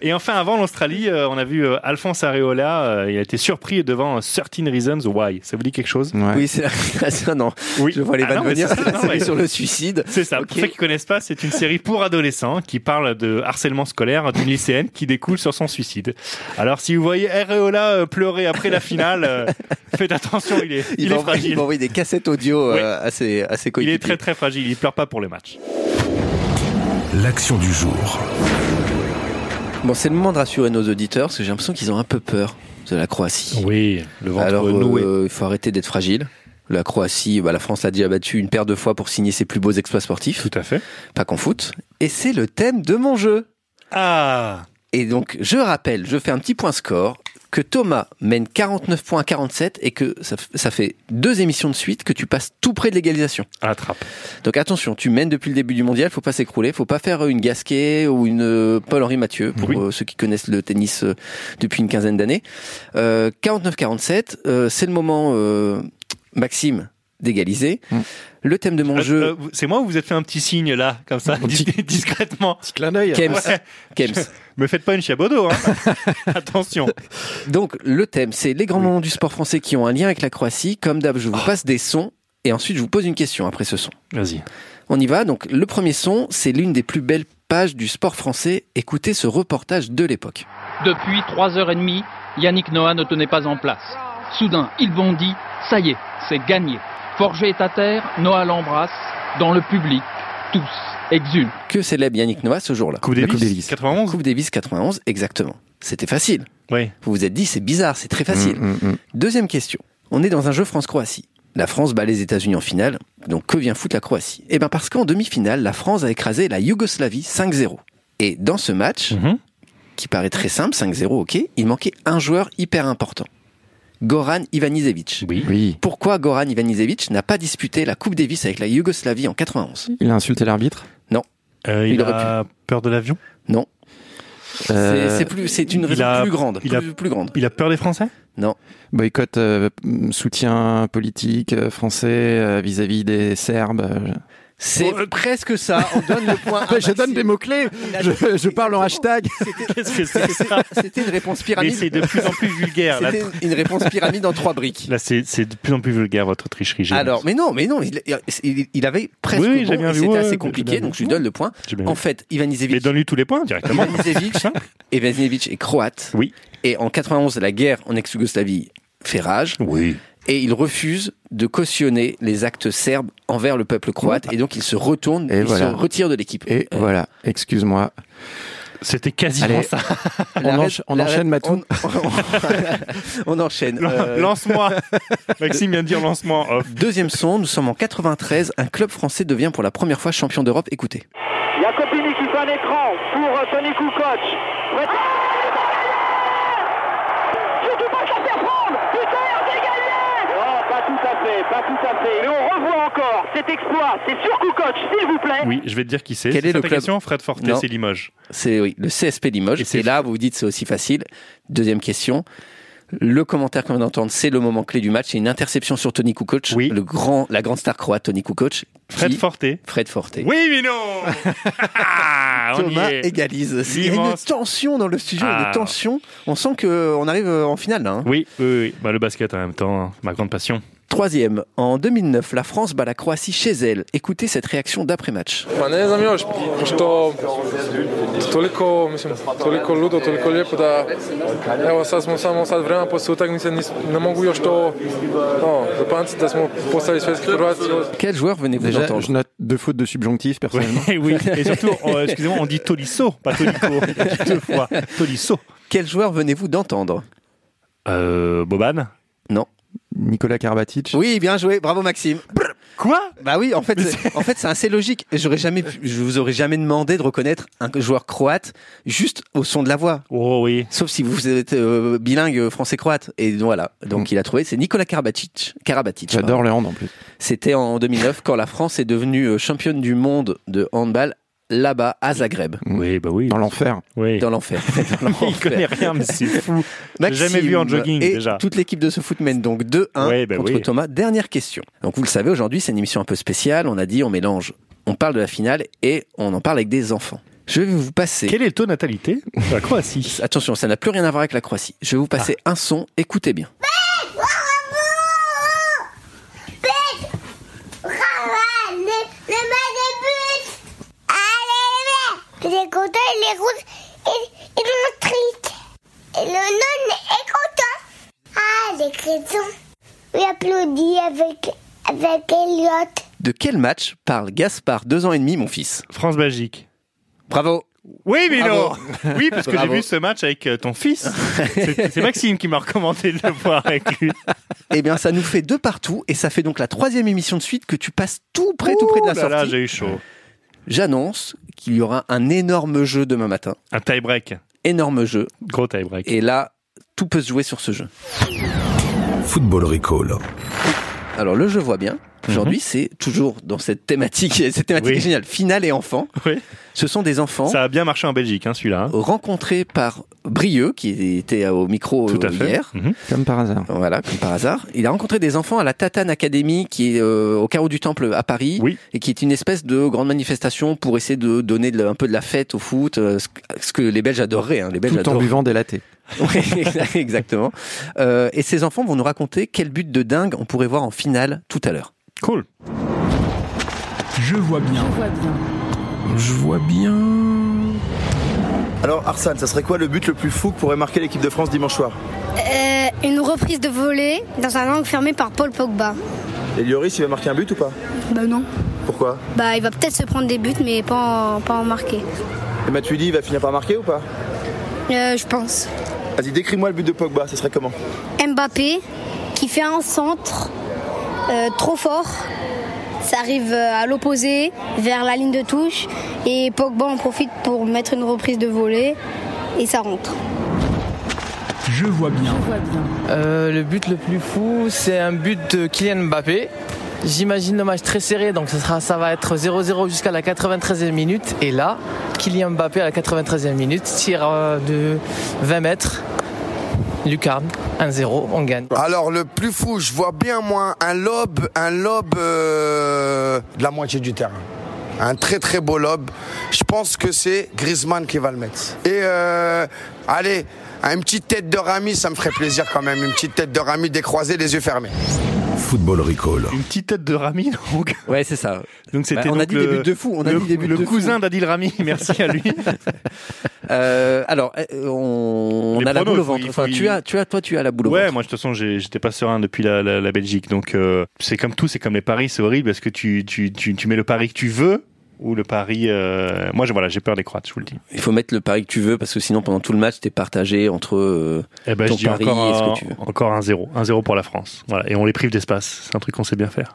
A: et enfin, avant l'Australie, euh, on a vu euh, Alphonse Areola. euh, il a été surpris devant euh, 13 Reasons Why. Ça vous dit quelque chose
D: Ouais.
B: Oui, c'est ça, non.
A: Oui.
B: Je vois les
A: Ah non,
B: vannes
A: mais
B: venir.
A: c'est ça, non,
B: C'est
A: mais-
B: sur le suicide.
A: C'est ça.
B: Ok.
A: Pour ceux qui connaissent pas, c'est une série pour adolescents qui parle de harcèlement scolaire d'une lycéenne qui découle sur son suicide. Alors, si vous voyez Areola euh, pleurer après la finale, euh, faites attention, il est, il
B: va
A: est
B: envoyer- il
A: fragile.
B: va envoyer des cassettes audio euh, à ses, à ses
A: Il
B: coéquipiers.
A: est très très fragile, il pleure pas pour les matchs.
C: L'action du jour.
B: Bon, c'est le moment de rassurer nos auditeurs parce que j'ai l'impression qu'ils ont un peu peur de la Croatie.
A: Oui, le
B: Alors, euh, il faut arrêter d'être fragile. La Croatie, bah, la France l'a déjà battu une paire de fois pour signer ses plus beaux exploits sportifs,
A: Tout à fait.
B: pas qu'en foot. Et c'est le thème de mon jeu.
A: Ah
B: Et donc, je rappelle, je fais un petit point score, que Thomas mène 49 points à 47 et que ça, f- ça fait deux émissions de suite que tu passes tout près de l'égalisation.
A: Attrape.
B: Donc attention, tu mènes depuis le début du mondial, faut pas s'écrouler, faut pas faire une Gasquet ou une euh, Paul-Henri Mathieu, pour
A: Oui.
B: euh, ceux qui connaissent le tennis euh, depuis une quinzaine d'années. Euh, 49-47, euh, c'est le moment, euh, Maxime, d'égaliser.
D: Mm.
B: Le thème de mon
A: Euh,
B: jeu,
A: euh, vous- c'est moi ou vous êtes fait un petit signe là, comme ça, dis- discrètement
D: Petit clin d'œil.
B: Kems.
A: Ouais.
B: Kems.
A: Me faites pas une chabodo, hein. Attention.
B: Donc le thème, c'est les grands moments du sport français qui ont un lien avec la Croatie. Comme d'hab, je vous passe des sons et ensuite je vous pose une question après ce son.
A: Ah. Vas-y.
B: On y va. Donc le premier son, c'est l'une des plus belles pages du sport français. Écoutez ce reportage de l'époque.
I: Depuis trois heures et demie, Yannick Noah ne tenait pas en place. Soudain, il bondit. Ça y est, c'est gagné. Forger est à terre, Noah l'embrasse. Dans le public, tous exultent.
B: Que célèbre Yannick Noah ce jour-là
A: Coupe
D: La Coupe
A: Davis.
D: Davis.
A: 91
B: Coupe Davis 91, exactement. C'était facile.
A: Oui.
B: Vous vous êtes dit, c'est bizarre, c'est très facile.
D: Mm, mm, mm.
B: Deuxième question. On est dans un jeu France-Croatie. La France bat les États-Unis en finale, donc que vient foutre la Croatie Eh bien parce qu'en demi-finale, la France a écrasé la Yougoslavie 5-0. Et dans ce match,
A: Mhm.
B: qui paraît très simple, 5-0, ok, il manquait un joueur hyper important. Goran Ivanisevic.
A: Oui.
D: Oui.
B: Pourquoi Goran Ivanisevic n'a pas disputé la Coupe Davis avec la Yougoslavie en 91
D: Il a insulté l'arbitre.
A: Euh, il,
B: Il aurait
A: a peur de l'avion
B: Non.
D: Euh,
B: C'est- C'est plus, c'est une
A: il
B: raison
A: a-
B: plus grande.
A: il a-
B: plus- plus grande.
A: Il a peur des Français
D: Boycott, euh, mm, soutien politique euh, français euh, vis-à-vis des Serbes. euh,
B: C'est Oh, presque ça. On donne le point. à
D: je- je donne
B: Maxime.
D: des mots-clés.
B: Il a-
D: Je, je parle en
B: Exactement.
D: hashtag.
A: Qu'est-ce que c'est que ça
B: C'était une réponse
A: Mais
B: pyramide.
A: c'est de plus en plus vulgaire. Là,
B: C'était une réponse pyramide en trois briques.
A: Là, c'est c'est de plus en plus vulgaire votre tricherie. j'ai
B: Alors,
A: l'impression.
B: mais non, mais non, il, il- il avait presque
A: Oui, oui, j'ai
B: bon,
A: bien
B: et
A: vu,
B: c'était
A: ouais,
B: assez
A: ouais, j'ai
B: compliqué,
A: bien
B: donc je
A: vu.
B: lui donne le point.
A: J'ai bien
B: En
A: vu.
B: fait, Ivan
A: mais
B: Isevic,
A: donne-lui tous les points directement.
B: Ivan Isevic est croate.
A: Oui.
B: Et en 91, la guerre en ex-Yougoslavie fait rage.
A: oui.
B: Et il refuse de cautionner les actes serbes envers le peuple croate.
A: Ah.
B: Et donc, il se retourne,
D: Et
B: il
D: voilà.
B: se retire de l'équipe.
D: Et
B: Euh,
D: voilà, excuse-moi.
A: C'était quasiment
D: Allez.
A: ça.
D: On
B: la-
D: encha- on
B: la-
D: enchaîne, Matou.
B: On, on enchaîne. Euh,
A: Lance-moi. Maxime vient de dire lance-moi Oh, en off.
B: Deuxième son, nous sommes en 93. Un club français devient pour la première fois champion d'Europe. Écoutez.
H: Jacopini qui fait un écran pour Tony Kukoc. Surtout pas ça faire prendre Putain, c'est gagné Non, pas tout à fait, pas tout à fait. Mais on revoit encore cet exploit, c'est sur Kukoc, s'il vous plaît
A: Oui, je vais te dire qui c'est.
B: Quel
A: C'est
B: est le
A: ta
B: club
A: question Fred Forte,
B: Non.
A: c'est Limoges.
B: C'est oui, le CSP Limoges.
A: Et c'est-
B: Et, là, vous vous dites c'est aussi facile. Deuxième question. Le commentaire qu'on vient d'entendre, c'est le moment clé du match. C'est une interception sur Tony Kukoc,
A: Oui.
B: le grand, la grande star croate Tony Kukoc.
A: Fred
B: qui-
A: Forte.
B: Fred Forte.
A: Oui, mais non Ah, On y
B: Thomas
A: est.
B: égalise. Il y a une
A: L'immense.
B: tension dans le studio,
A: Ah.
B: une tension. On sent que on arrive euh, en finale là. hein.
A: Oui, oui, oui. Bah, le basket en même temps, hein. ma grande passion.
B: Troisième, en 2009, la France bat la Croatie chez elle. Écoutez cette réaction d'après-match.
J: Pa ne znam još, pošto euh, toliko, mislim, toliko ludo, toliko lijepo da evo sad smo samo sad vremena poslije utakmice, nis- ne mogu još to no, zapamtiti da smo postali svjetski prvaci.
B: Quel joueur venez-vous
D: Déjà,
B: d'entendre
D: je note deux fautes de subjonctif, personnellement.
A: Et oui, et surtout, on- euh, excusez-moi, on dit Tolisso, pas Tolico. Deux fois. Tolisso.
B: Quel joueur venez-vous d'entendre
A: Euh, Boban
B: Non.
D: Nicolas Karabatic
B: Oui, bien joué, bravo Maxime.
A: Quoi
B: Bah oui, en fait, c'est- en fait, c'est assez logique. J'aurais jamais, pu- je vous aurais jamais demandé de reconnaître un joueur croate juste au son de la voix.
A: Oh oui.
B: Sauf si vous êtes euh, bilingue français-croate. Et voilà, donc il a trouvé, c'est Nicolas Karabatic. Karabatic pardon.
D: J'adore le hand en plus.
B: C'était en 2009 quand la France est devenue euh, championne du monde de handball là-bas à Zagreb.
A: Oui, bah oui.
D: Dans l'enfer.
A: Oui.
B: Dans l'enfer. Dans
A: Il
B: l'enfer.
A: connaît rien, mais c'est fou. J'ai
B: Maxime
A: jamais vu en jogging
B: et
A: déjà.
B: Toute l'équipe de ce foot mène donc 2-1
A: Ouais, bah
B: contre
A: oui.
B: Thomas. Dernière question. Donc vous le savez, aujourd'hui c'est une émission un peu spéciale. On a dit on mélange, on parle de la finale et on en parle avec des enfants. Je vais vous passer.
A: Quel est le taux de natalité de la Croatie
B: Attention, ça n'a plus rien à voir avec la Croatie. Je vais vous passer
A: Ah.
B: un son. Écoutez bien.
H: Il est content, il est rouge, il, il est triste. Et le non est content. Ah, les chrétiens. Oui, applaudit avec, avec Elliot.
B: De quel match parle Gaspard deux ans et demi, mon fils
A: France-Belgique.
B: Bravo.
A: Oui, Milo
B: Bravo.
A: Oui, parce que j'ai
B: Bravo.
A: vu ce match avec euh, ton fils. C'est c'est Maxime qui m'a recommandé de le voir avec lui.
B: Eh bien, ça nous fait deux partout et ça fait donc la troisième émission de suite que tu passes tout près, tout près de la
A: Ouh là là,
B: sortie.
A: j'ai eu chaud.
B: J'annonce qu'il y aura un énorme jeu demain matin.
A: Un tie-break.
B: Énorme jeu.
A: Gros tie-break.
B: Et là, tout peut se jouer sur ce jeu.
C: Football Recall.
B: Alors, le jeu voit
A: Mhm.
B: bien. Aujourd'hui, c'est toujours dans cette thématique, et cette thématique
A: Oui.
B: est géniale, finale et enfants.
A: Oui.
B: Ce sont des enfants
A: Ça a bien marché en Belgique, hein, celui-là. hein.
B: rencontrés par Brieux, qui était au micro
A: Tout à
B: euh,
A: fait.
B: hier.
A: Mhm.
D: Comme par hasard.
B: Voilà, comme par hasard. Il a rencontré des enfants à la Tatane Academy, qui est euh, au carreau du Temple à Paris,
A: Oui.
B: et qui est une espèce de grande manifestation pour essayer de donner de la- un peu de la fête au foot, euh, ce que- ce que les Belges adoraient. hein. Les Belges
D: Tout en
B: adorent.
D: buvant des latés.
B: Ouais, exactement. Euh, et ces enfants vont nous raconter quel but de dingue on pourrait voir en finale tout à l'heure.
A: Cool.
K: Je vois bien.
C: Je vois bien.
K: Alors Arsane, ça serait quoi le but le plus fou que pourrait marquer l'équipe de France dimanche soir
G: Euh, une reprise de volée dans un angle fermé par Paul Pogba.
K: Et Lloris, il va marquer un but ou pas
G: Bah non.
K: Pourquoi
G: Bah il va peut-être se prendre des buts mais pas en, pas en marquer.
K: Et Matuidi, il va finir par marquer ou pas
G: Euh, je pense.
K: Vas-y, décris-moi le but de Pogba, ça serait comment
G: Mbappé qui fait un centre euh, trop fort. Ça arrive euh, à l'opposé, vers la ligne de touche. Et Pogba en profite pour mettre une reprise de volée. Et ça rentre.
K: Je vois bien.
L: Euh, le but le plus fou, c'est un but de Kylian Mbappé. J'imagine le match très serré, donc ça, sera, ça va être 0-0 jusqu'à la 93e minute. Et là, Kylian Mbappé à la 93e minute tire euh, de 20 mètres. Lucarne, 1-0, on gagne.
M: Alors le plus fou, je vois bien moi un lobe, un lobe euh, de la moitié du terrain. Un très très beau lobe. Je pense que c'est Griezmann qui va le mettre. Et euh, allez, une petite tête de Rami, ça me ferait plaisir quand même. Une petite tête de Rami décroisée, les yeux fermés.
C: Football Recall.
A: Une petite tête de Rami, donc.
B: Ouais, c'est ça.
A: Donc c'était
B: Bah, on a
A: donc
B: dit
A: le-
B: des buts de fou. On a
A: le,
B: dit des buts
A: le
B: de fou.
A: cousin d'Adil Rami, merci à lui.
B: Euh, alors, euh, on, on
A: Les
B: a la
A: pronos,
B: boule au
A: il faut-
B: ventre.
A: il faut-
B: Enfin, tu
A: il-
B: as, tu as, toi, tu as la boule au
A: Ouais,
B: ventre.
A: moi de toute façon, j'ai- j'étais pas serein depuis la, la- la Belgique. Donc euh, c'est comme tout, c'est comme les paris, c'est horrible parce que tu, tu, tu, tu mets le pari que tu veux ou le pari. euh, Moi, je, voilà, j'ai peur des Croates, je vous le dis.
B: Il faut mettre le pari que tu veux parce que sinon, pendant tout le match, t'es partagé entre euh,
A: Eh ben,
B: ton
A: je dis
B: pari
A: encore,
B: et ce
A: un,
B: que tu veux.
A: encore un zéro, un zéro pour la France. Voilà, et on les prive d'espace. C'est un truc qu'on sait bien faire.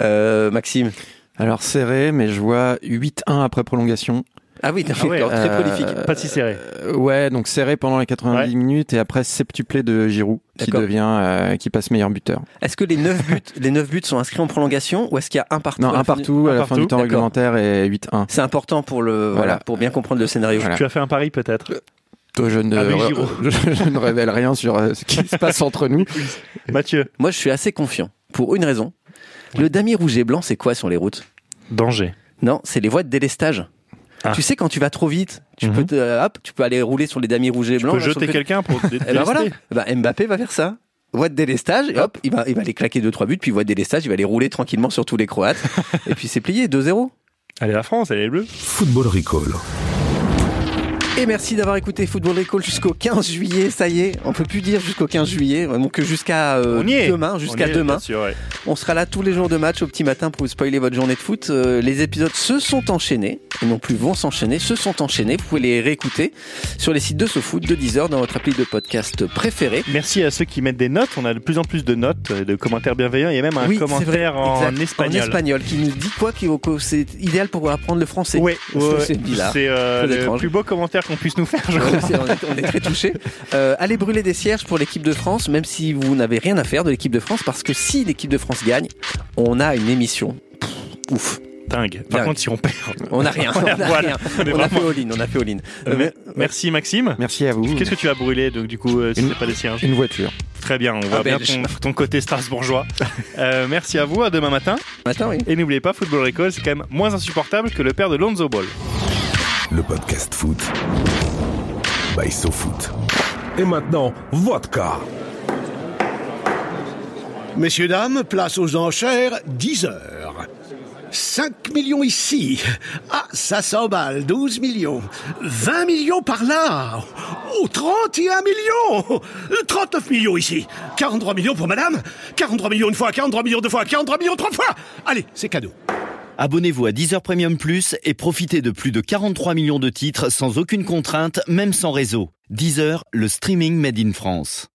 B: Euh, Maxime.
D: Alors serré, mais je vois 8-1 après prolongation.
B: Ah oui, d'accord, très
D: Euh,
B: prolifique.
A: Pas si serré.
D: Euh, ouais, donc serré pendant les 90
A: Ouais.
D: minutes et après septuplé de Giroud qui
B: D'accord.
D: devient euh, qui passe meilleur buteur.
B: Est-ce que les 9 buts, les 9 buts sont inscrits en prolongation ou est-ce qu'il y a un partout
D: Non,
B: à la
D: un
B: fin du-
D: partout à la fin du
A: partout.
D: temps
B: D'accord.
D: réglementaire et 8-1.
B: C'est important pour le voilà,
D: Voilà.
B: pour bien comprendre le scénario.
D: Voilà.
A: Tu as fait un pari peut-être.
D: Je ne,
A: Avec Giroud.
D: je, je ne révèle rien sur euh, ce qui se passe entre nous.
A: Mathieu,
B: Moi, je suis assez confiant pour une raison. Le damier rouge et blanc, c'est quoi sur les routes
A: danger.
B: Non, c'est les voies de délestage.
A: Ah.
B: Tu sais quand tu vas trop vite, tu
A: Mhm.
B: peux te- euh, hop, tu peux aller rouler sur les damiers rouges et
A: Je
B: blancs.
A: peux
B: là, sur
A: jeter
B: le côté.
A: quelqu'un pour. dé-
B: Eh ben voilà,
A: délester.
B: Eh ben, Mbappé va faire ça. Voie de délestage, et hop, il va, il va aller claquer deux trois buts, puis voie de délestage, il va aller rouler tranquillement sur tous les Croates, et puis c'est plié, 2-0.
A: Allez la France, elle est bleue.
C: Football Recall.
B: Et merci d'avoir écouté Football Recall jusqu'au 15 juillet. Ça y est, on peut plus dire jusqu'au 15 juillet, donc jusqu'à euh,
A: On y est.
B: demain,
A: On
B: jusqu'à
A: y est,
B: demain.
A: bien sûr, ouais.
B: On sera là tous les jours de match au petit matin pour vous spoiler votre journée de foot. Euh, les épisodes se sont enchaînés, et non plus vont s'enchaîner, se sont enchaînés. Vous pouvez les réécouter sur les sites de SoFoot, de Deezer, dans votre appli de podcast préféré.
A: Merci à ceux qui mettent des notes. On a de plus en plus de notes, euh, de commentaires bienveillants. Il y a même un
B: Oui, c'est
A: commentaire
B: vrai,
A: en
B: exact,
A: espagnol.
B: En espagnol, qui nous dit quoi qui- que c'est idéal pour apprendre le français.
A: Ouais,
B: Je
A: ouais,
B: trouve
A: ouais.
B: c'est bizarre.
A: C'est, euh,
B: Très
A: le
B: étrange.
A: plus beau commentaire qu'on puisse nous faire, je
B: Ouais,
A: crois.
B: c'est- on, est, on est très touchés. Euh, allez brûler des cierges pour l'équipe de France, même si vous n'avez rien à faire de l'équipe de France, parce que si l'équipe de France gagne, on a une émission. Pff, ouf.
A: Dingue. Par contre, si on perd,
B: on n'a rien. On a
A: Voilà.
B: rien.
A: On est
B: On a fait
A: vraiment-
B: all-in. On a fait all-in.
A: Euh, me- merci Maxime.
D: Mmh.
N: Merci à vous.
A: Qu'est-ce que tu as brûlé donc du coup euh, si
N: Une-
A: c'est pas des cierges
N: Une voiture.
A: Très bien, on voit
N: Ah,
A: bien
N: belge.
A: ton, ton côté strasbourgeois. Euh, merci à vous, à demain matin.
B: Matin, oui.
A: Et n'oubliez pas, Football Recall, c'est quand même moins insupportable que le père de Lonzo Ball.
O: Le podcast foot by SoFoot. Et maintenant, vodka.
C: Messieurs, dames, place aux enchères, 10 heures. 5 millions ici. Ah, ça s'emballe, 12 millions. 20 millions par là. Oh, 31 millions. 39 millions ici. 43 millions pour madame. 43 millions une fois, 43 millions deux fois, 43 millions trois fois. Allez, c'est cadeau.
D: Abonnez-vous à Deezer Premium Plus et profitez de plus de 43 millions de titres sans aucune contrainte, même sans réseau. Deezer, le streaming made in France.